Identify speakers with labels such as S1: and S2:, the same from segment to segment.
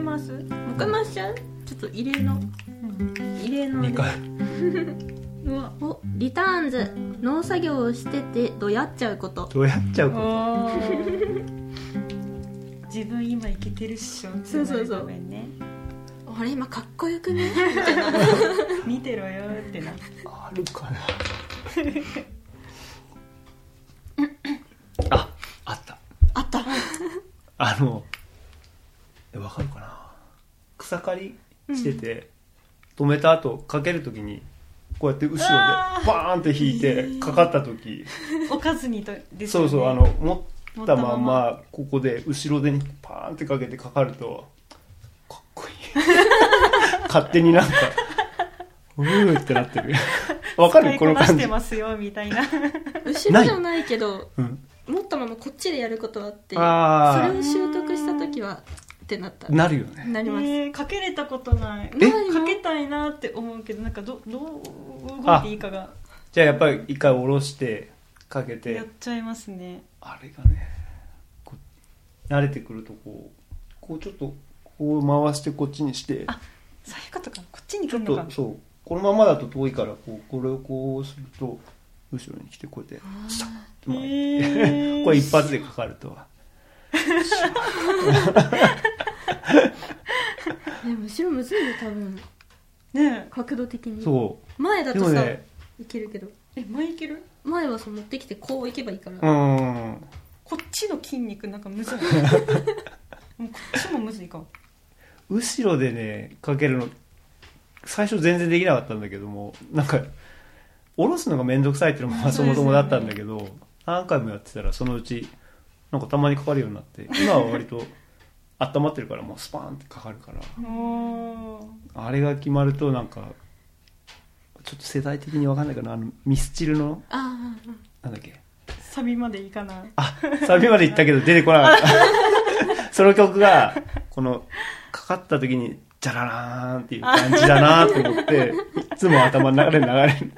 S1: ますもう一回回しちゃうちょっと異例の、異例の
S2: 2回
S1: うわ
S3: おリターンズ農作業をしててどやっちゃうこと
S2: どうやっちゃうこ
S1: おー
S4: 自分今いけてるっしょ
S1: そうそうそう
S4: ごめんね
S3: あれ今かっこよくね
S4: 見てろよってな
S2: とあるかな ああった
S3: あった
S2: あのえわかるかな草刈りしてて、止めた後かけるときにこうやって後ろで
S4: あー
S2: バーンって引いてかかった時
S4: おかずにとですよ
S2: そう
S4: ね
S2: そうあの持
S4: 持
S2: っ
S4: ったた
S2: ま
S4: ま
S2: ん
S4: ま
S2: まここで後ろ手にパーンってかけてかかるとかっこい い勝手になんかうーってなっ てるわか
S4: 使
S2: る
S4: いこ
S2: この
S4: な
S2: 感
S4: して
S2: じ、
S4: ますよみたいな
S3: 後ろじゃないけど
S2: うん、
S3: 持ったままこっちでやることあってそ
S2: あ
S3: れを習得した時はってなった
S2: あなるよね
S3: なります、
S4: ねえかけれたことない
S2: え
S3: ないの
S4: かけたいなって思うけどなんかどどう動いていいかが
S2: じゃあやっぱり一回下ろしてかけて
S4: やっちゃいますね
S2: あれがねこう慣れてくるとこうこうちょっとこう回してこっちにして
S4: あそういうことかこっちに来
S2: ちょ
S4: る
S2: っ
S4: のか
S2: とそうこのままだと遠いからこうこれをこうすると後ろに来てこうやってスタッと
S4: へ
S2: 前
S4: ー
S2: これ一発でかかるとは
S3: でも後ろむずいよ多分
S4: ね
S3: 角度的に
S2: そ
S3: 前
S2: う
S3: だ
S2: で
S3: と
S2: も
S3: さ、
S2: ね
S3: いけるけど
S4: ええ前いける
S3: 前はさ持ってきてこういけばいいから、
S2: うーん
S4: こっちの筋肉なんかむ ずいもうこっちもむずいかも
S2: 後ろでねかけるの最初全然できなかったんだけどもなんか下ろすのが面倒くさいっていうのもまあそもそもだったんだけど、何回もやってたらそのうちなんかたまにかかるようになって今は割と温まってるからもうスパーンってかかるから
S4: おー
S2: あれが決まるとなんかちょっと世代的に分かんないかなあのミスチルの
S3: ああ
S2: なんだっけ
S4: サビまでいかない
S2: あサビまで行ったけど出てこなかった その曲がこのかかった時にジャララーンっていう感じだなと思っていつも頭の中で流れるっていう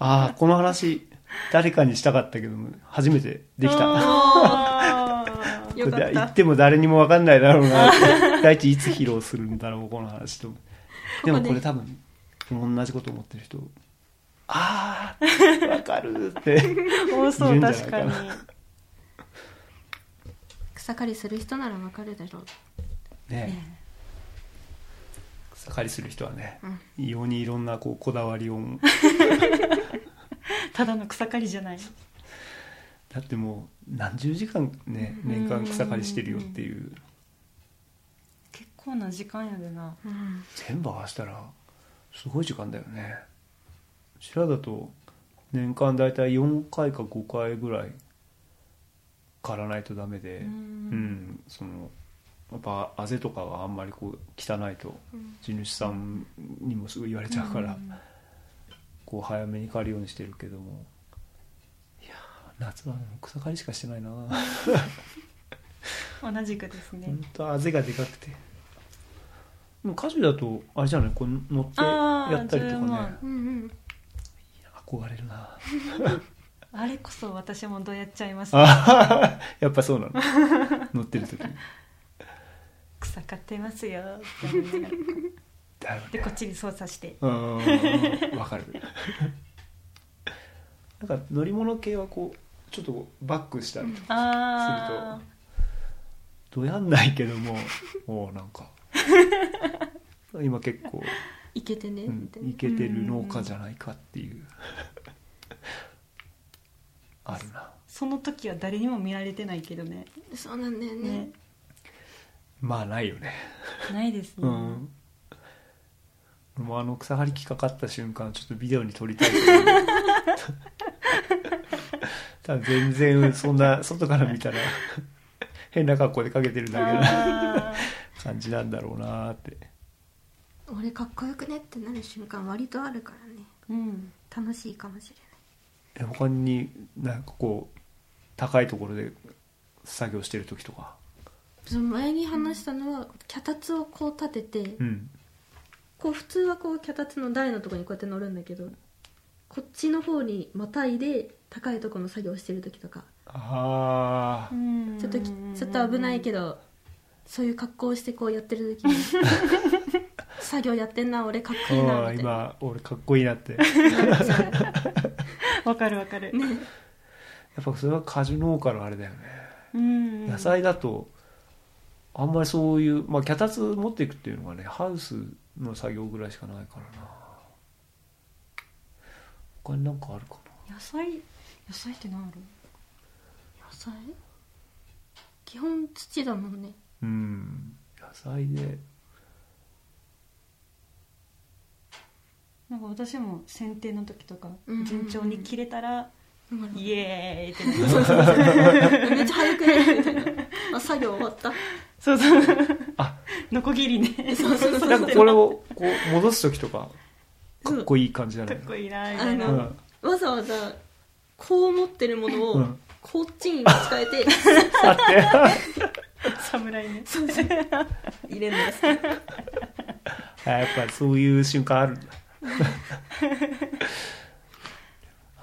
S2: ああこの話誰かにしたかったけど初めてできた
S4: た
S3: ーよかった
S2: これ言っても誰にも分かんないだろうなって第一いつ披露するんだろうこの話とでもこれ多分同じこと思ってる人ああ分かるって
S4: 多そ
S2: いる
S4: うん
S2: じゃない
S4: 確
S2: か
S4: か
S2: な
S4: に
S3: 草刈りする人ならわかるだろう
S2: ね草刈りする人はね、
S3: うん
S2: 異様にいろんなこうこだわりを
S4: ただの草刈りじゃない
S2: だってもう何十時間ね年間草刈りしてるよっていう
S4: 結構な時間やでな
S3: うん
S2: 全部合わせたらすごい時間だよねうちらだと年間大体4回か5回ぐらい刈らないとダメで
S4: う
S2: うんんそのやっぱあぜとかがあんまりこう汚いと
S3: うん
S2: 地主さんにもすぐ言われちゃうから、こう早めに刈るようにしてるけどもいやー夏は草刈りしかしてないな
S4: うん同じくですね
S2: 本当あぜがでかくてでも歌手だとあれじゃないこう乗って
S4: あー
S2: やったりとか
S4: 10
S2: ね
S4: 万
S3: うんうん
S2: 憧れるな
S4: あれこそ私もどうやっちゃいます
S2: あははやっぱそうな の乗ってる時に
S4: 草刈ってますよって思いながら
S2: だよね
S4: でこっちに操作して
S2: うーんわかるなんか乗り物系はこうちょっとバックしたりとか
S4: ああ
S2: どやんないけどもおーなん か今結構、
S3: いけてね、
S2: うん
S3: みたい
S2: い
S3: な
S2: けてる農家じゃないかって いうあるな
S4: その時は誰にも見られてないけどね
S3: そうなんだよね
S4: ね
S2: まあないよね
S4: ないですね、
S2: うん俺もうあの草刈り機かかった瞬間ちょっとビデオに撮りたいけ どただ全然そんな外から見たら変な格好でかけてるだけな
S4: あ
S2: 感じなんだろうなーって
S3: 俺かっこよくねってなる瞬間割とあるからね
S4: ーうん
S3: 楽しいかもしれない
S2: え他になんかこう高いところで作業してる時とか
S3: その前に話したのは脚立をこう立てて
S2: うん
S3: こう普通はこう脚立の台のとこにこうやって乗るんだけどこっちの方にまたいで高いとこの作業してる時とか
S2: ああ
S4: うん
S3: ちょっときちょっと危ないけ
S4: ど
S3: どそういう格好をしてこうやってる時 に作業やってんな俺かっこいいな
S2: うん
S3: みたいな
S2: 今俺かっこいいなってや
S3: なっちゃう
S4: わかるわかる、
S3: ね
S2: っぱそれは果樹農家のあれだよね、
S4: うん
S2: 野菜だとあんまりそういうまあ脚立持っていくっていうのがねハウスの作業ぐらいしかないからな他になんかあるかな
S4: 野菜野菜って何ある
S3: 野菜基本土だもんね
S2: うん野菜で
S4: なんか私も剪定の時とか
S3: うんうんうん
S4: 順調に切れたら、
S3: ほら
S4: イエーイって なる
S3: めっちゃ早くねみたいなあ作業終わった
S4: そうそう
S2: あ
S4: ノコギリね
S3: そうそうそう
S2: なんかこれをこう戻す時とかかっこいい感じじゃ
S4: か
S2: ない
S4: っ
S2: の
S4: こいいなみたいな、
S3: あ
S2: う
S3: の
S2: ん
S3: わざわざこう持ってるもの
S2: う
S3: を
S2: ん
S3: こっちに持ち替えて
S2: さて
S4: 侍ね
S3: 入れるんですね
S2: あやっぱそういう瞬間あるんだな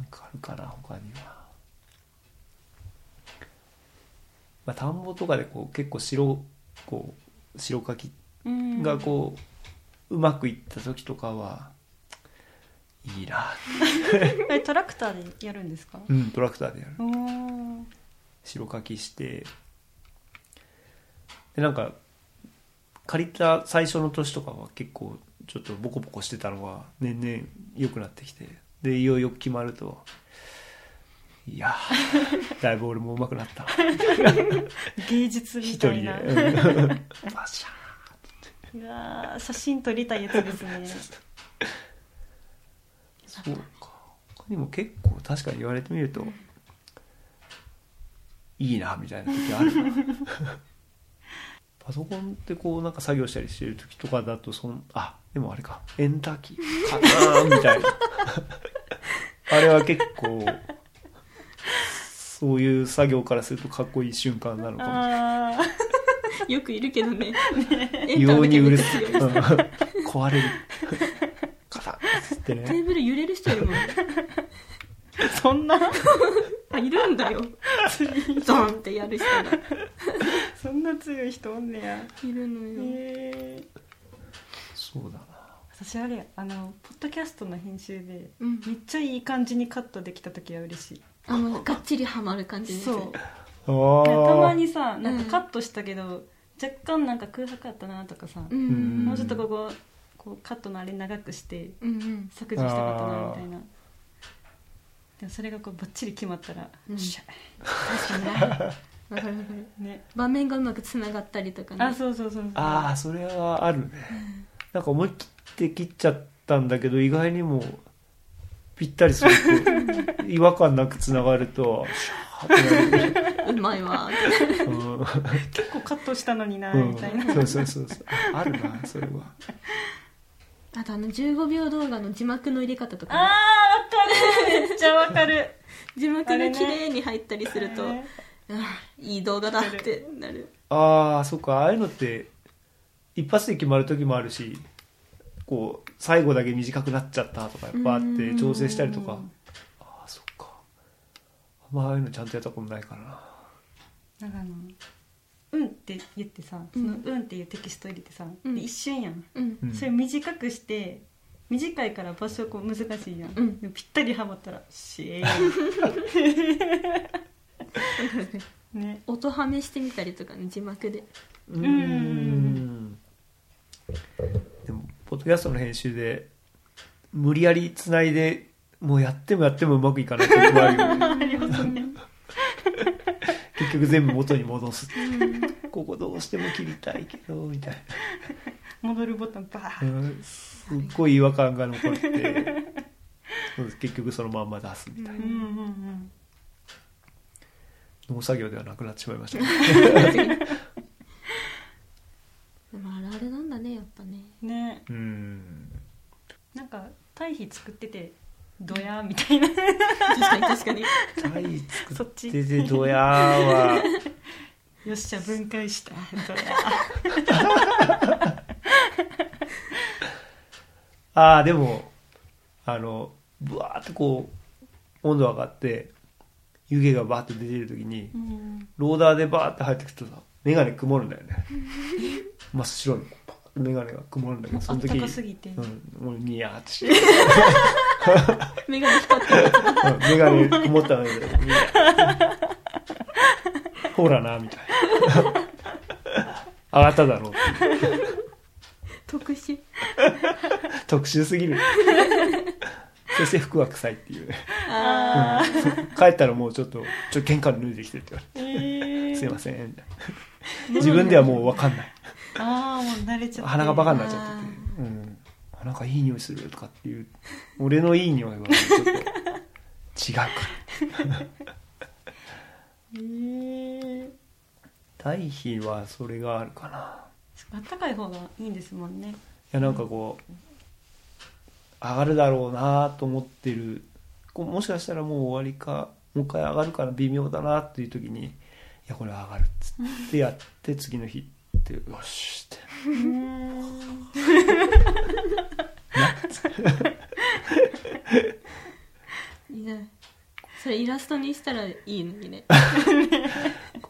S2: んかあるかな他にはまあ田んぼとかでこう結構白こう白かき
S4: うん
S2: がこう、うまくいった時とかはいいな
S4: えトラクターでやるんですか
S2: うんトラクターでやる
S4: おー
S2: 白書きしてでなんか借りた最初の年とかは結構ちょっとボコボコしてたのが年々良くなってきてでいよいよ決まるといや ーだいぶ俺も上手くなったな
S4: 芸術み
S2: 一
S4: た
S2: 人
S4: い
S2: で
S4: な
S2: うん バシャー
S4: うわー写真撮りたいやつですね
S2: そうか他にも結構確かに言われてみるといいなみたいな時あるなパソコンってこうなんか作業したりしてる時とかだとそのあでもあれかエンターキーかなーみたいなあれは結構そういう作業からするとかっこいい瞬間なのかもしれない
S4: ああ
S3: よくいるけどねエンター
S2: 異
S3: だ
S2: に
S3: け
S2: う
S3: で
S2: る
S3: 卒
S2: さい
S3: 業
S2: う
S3: し
S2: ん
S3: た
S2: 壊れるカタッつって
S3: テ
S2: ね
S3: ーブル揺れる人いるもん
S4: そんな
S3: あいるんだよゾンってやる人が
S4: そんな強い人おんねや
S3: いるの
S4: へ
S3: よ
S4: え
S2: そうだな
S4: 私あれやあのポッドキャストの編集で
S3: うん
S4: めっちゃいい感じにカットできた時は嬉し
S3: あのがっちりハマる感
S4: い
S3: じです
S4: そうた
S2: たま
S4: まにさなん
S3: うん
S4: かカットしたけど、若干なんか空白あったなとかさ、
S3: うん
S2: ん
S4: もうちょっとこここうカットのあれ長くして
S3: うんうん
S4: 削除したかったなみたいなでもそれがこうバッチリ決まったら、
S3: うん
S4: シャ
S3: 確かにわかるわかる
S4: ね
S3: 場面がうまくつながったりとかね
S4: あそうそうそうそう
S2: ああそれはあるね、なんか思い切って切っちゃったんだけど意外にもぴった りすると違和感なくつながるとシャーってなるね
S3: うまいわ
S2: うん
S4: 結構カットしたのにな
S2: うん
S4: みたいな、
S2: そうそうそうそうあるなそれは
S3: あとあの15秒動画の字幕の入れ方とかね、
S4: あーわかるめっちゃわかる
S3: 字幕
S4: あ
S3: が
S4: れね
S3: 綺麗に入ったりすると、あーいい動画だってなる
S2: ああそっかああいうのって一発で決まる時もあるしこう最後だけ短くなっちゃったとかやっぱあっ
S3: う
S2: て
S3: ん
S2: 調整したりとかああそっかあんまああいうのちゃんとやったことないからな
S4: なんかあの「うん」って言ってさその
S3: うん
S4: 「うん」っていうテキスト入れてさ、
S3: うん
S4: で一瞬やん、
S3: うん
S2: うん
S4: それ短くして短いから場所こう難しいやん、
S3: うん
S4: でもぴったりはまったら「シェー」 ね
S3: 音はめしてみたりとかね字幕で
S2: うー
S4: ん
S2: んでもポッドキャストの編集で無理やりつないでもうやってもやってもうまくいかない時もあるよね
S4: ありますね
S2: 結局全部元に戻す
S3: うん
S2: ここどうしても切りたいけどみたい
S4: 戻るボタンバー
S2: な
S4: ン、
S2: うんすっごい違和感が残ってそうです結局そのまんま出すみたい
S4: うんうんうん
S2: な農作業ではなくなってしまいましたね
S3: でもあるあるなんだねやっぱね
S4: ね
S2: うん
S4: なんか堆肥作っててドヤーみた いな
S3: 確かに確かに
S2: タイ
S4: そ
S2: 作っ
S4: っち
S2: ててドヤーは
S4: よっしゃ分 解したドヤ
S2: ああでもあのぶわーってこう温度上がって湯気がバーって出てる時に
S4: ー、うん、
S2: ローダーでバーって入ってくるとさ眼鏡曇るんだよ ね真っ白にパッと眼鏡が曇るんだけどそ
S4: あっ
S2: の時
S4: たかすぎて、
S2: うん、もうニヤーってして
S3: 目が光ってる
S2: うん眼鏡曇ったのにニヤーってほらなみたい なあなただろうって
S3: 特殊
S2: 特殊すぎるそして服は臭いっていうね
S4: ああ、
S2: 帰ったらもうちょっと「ちょっと玄関脱いできて」って言わ
S4: えー
S2: れて「すいません」 自分ではもう分かんない
S4: ああもう慣れちゃって
S2: 鼻がバカになっちゃってて「うん、あなんかいい匂いする」とかっていう俺のいい匂いはもうちょっと違うから
S4: てえ
S2: 大比はそれがあるかな
S4: あったかい方がいいんですもんね
S2: いやなんかこう上がるだろうなと思ってるこうもしかしたらもう終わりかもう一回上がるから微妙だなっていう時に「いやこれ上がる」っつってやって次の日って「よし」って。
S4: うん
S3: いないそれイラストにしたらいいのにね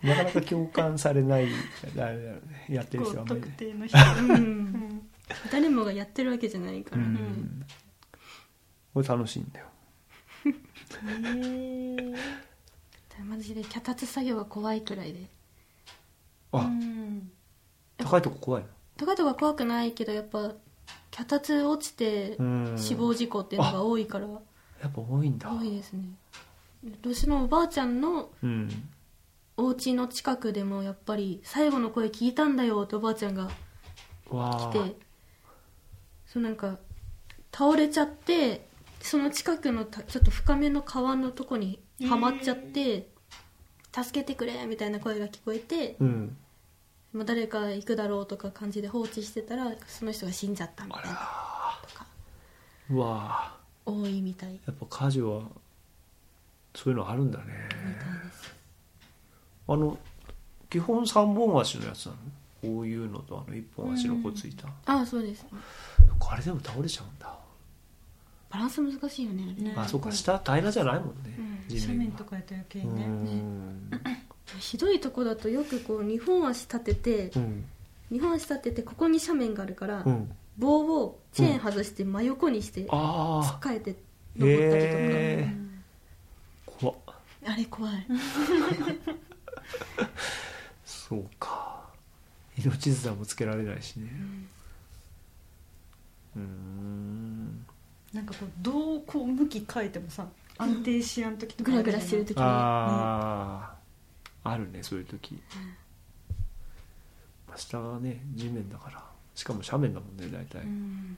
S2: なかなか共感されない、あれだよね、やってる
S4: こ
S2: 人はあ
S4: うん
S2: ま
S4: 特
S2: りね。
S4: 定の人、う
S3: うん
S4: ん、
S3: 誰もがやってるわけじゃないか
S2: う
S3: ら、
S2: ん。これ楽しいんだよ。
S4: えー
S3: マジで脚立作業は怖いくらいで
S4: う
S2: あ、
S4: ん
S2: 高いとこ怖いの。
S3: とかとか怖くないけどやっぱ脚立落ちて
S2: うん。
S3: 死亡事故っていうのが多いから
S2: やっぱ多いんだ。
S3: 多いですね私のおばあちゃんの
S2: うん。
S3: お家の近くでもやっぱり最後の声聞いたんだよっておばあちゃんが来
S2: わあ。
S3: てそうなんか倒れちゃってその近くのたちょっと深めの川のとこにはまっちゃって「助けてくれ」みたいな声が聞こえて
S2: うん。
S3: まあ誰か行くだろうとか感じで放置してたらその人が死んじゃったみたいな
S2: あ。
S3: とから
S2: うわあ。
S3: 多いみたい
S2: やっぱ家事は。そういうのあるんだね。
S3: みたいです
S2: あの。基本三本足のやつなの。こういうのと、あの一本足のこうついた。
S3: ああそうです
S2: あれでも倒れちゃうんだ。
S3: バランス難しいよねあれ
S4: ね
S2: あ、そうか、下平らじゃないもんね
S3: うん。
S2: 地
S4: 斜
S2: 面
S4: 面
S2: が
S4: とかやったら余計
S2: う
S4: ね、
S2: ん。
S3: ひどいとこだとよくこう2本足立てて
S2: うん。
S3: 2本足立ててここに斜面があるから、
S2: うん。
S3: 棒をチェーン外して真横にして突っ
S2: ああ
S3: かえて登ったりとか、
S2: へえ
S4: ん
S2: 怖っ
S3: あれ怖い
S2: そうか命綱もつけられないしねうーん
S4: なんかこうどうこう向き変えてもさ安定しあん時とか
S3: グラグラしてる時にあ
S2: あああるねそういう時まあ下がね地面だからしかも斜面だもんね大体
S3: うん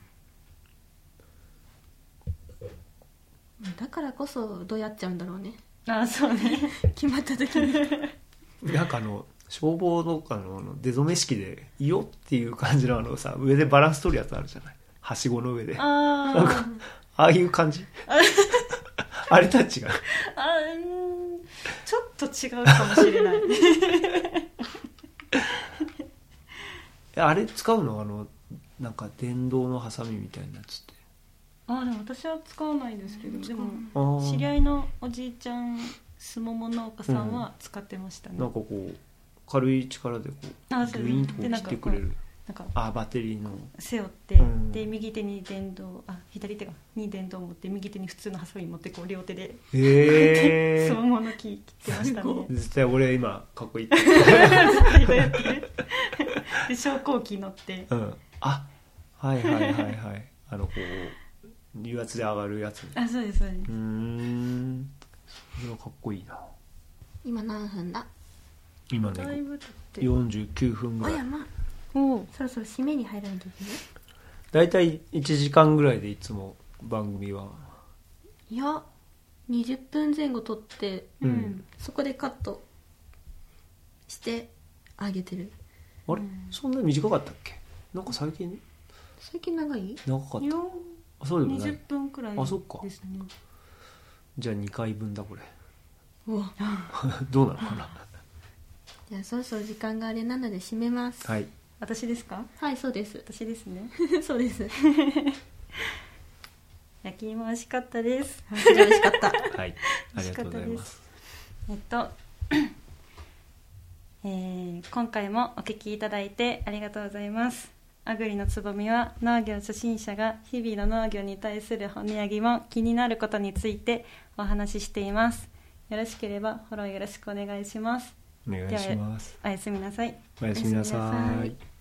S3: だからこそどうやっちゃうんだろうね
S4: あーそう ね
S3: 決まった時に
S2: なんかあの消防のあのあの出初め式で「いよ」っていう感じのあのさ上でバランス取るやつあるじゃないはしごの上であ
S4: あ
S2: なんか
S4: ー
S2: あいう感じ あれたちが
S4: あーうーんちょっと違うかもしれない
S2: えあれ使うのあのなんか電動のハサミみたいなやつって
S4: あーでも私は使わないんですけどでも
S2: あー
S4: 知り合いのおじいちゃんすもも農家さんは使ってましたね、
S2: なんかこう軽い力でこう
S4: あそう
S2: グイーンとこ
S4: で
S2: う
S4: なん
S2: 切
S4: か
S2: ってくれる
S4: なんか
S2: あバッテリーの
S4: 背負って、
S2: うん
S4: で右手に電動あ左手がに電動持って右手に普通のハサミ持ってこう両手で
S2: へえ
S4: す ももの木切ってましたね
S2: 絶対俺今かっこいいって
S4: 絶対だよって で昇降機乗って
S2: うんあはいはいはいはいあのこう油圧で上がるやつう
S4: あそうですそうです
S2: ーんそれはかっこいいな
S3: 今何分だ
S2: 今
S4: だい
S2: ね
S4: ぶ経って
S2: 49分ぐ
S3: お
S2: ら
S3: や
S2: い
S3: まあ
S4: おう
S3: そろそろ締めに入らなきゃいけない
S2: 大体1時間ぐらいでいつも番組はい
S3: や20分前後撮って
S2: うん
S3: そこでカットしてあげてる
S2: あれ
S4: うん
S2: そんな短かったっけなんか最近
S3: 最近長い
S2: 長かっ
S4: いや
S2: たあそうでもない
S4: 20分くらい
S2: あそっか
S4: ですね
S2: じゃあ2回分だこれ
S3: うわ
S2: どうなの かな
S3: じゃあそろそろ時間があれなので締めます
S2: はい
S4: 私ですか
S3: はいそうです
S4: 私ですね
S3: そうです
S4: 焼き芋美味しかったです
S3: 非常に美味しかった
S2: はいありがとうございます
S4: えっとええー今回もお聞きいただいてありがとうございますあぐりのつぼみは農業初心者が日々の農業に対する本音や疑問気になることについてお話ししていますよろしければフォローよろしくお願いします
S2: お願いします
S4: おやすみなさい
S2: おやすみなさ
S4: おやすみなさ
S2: い
S4: い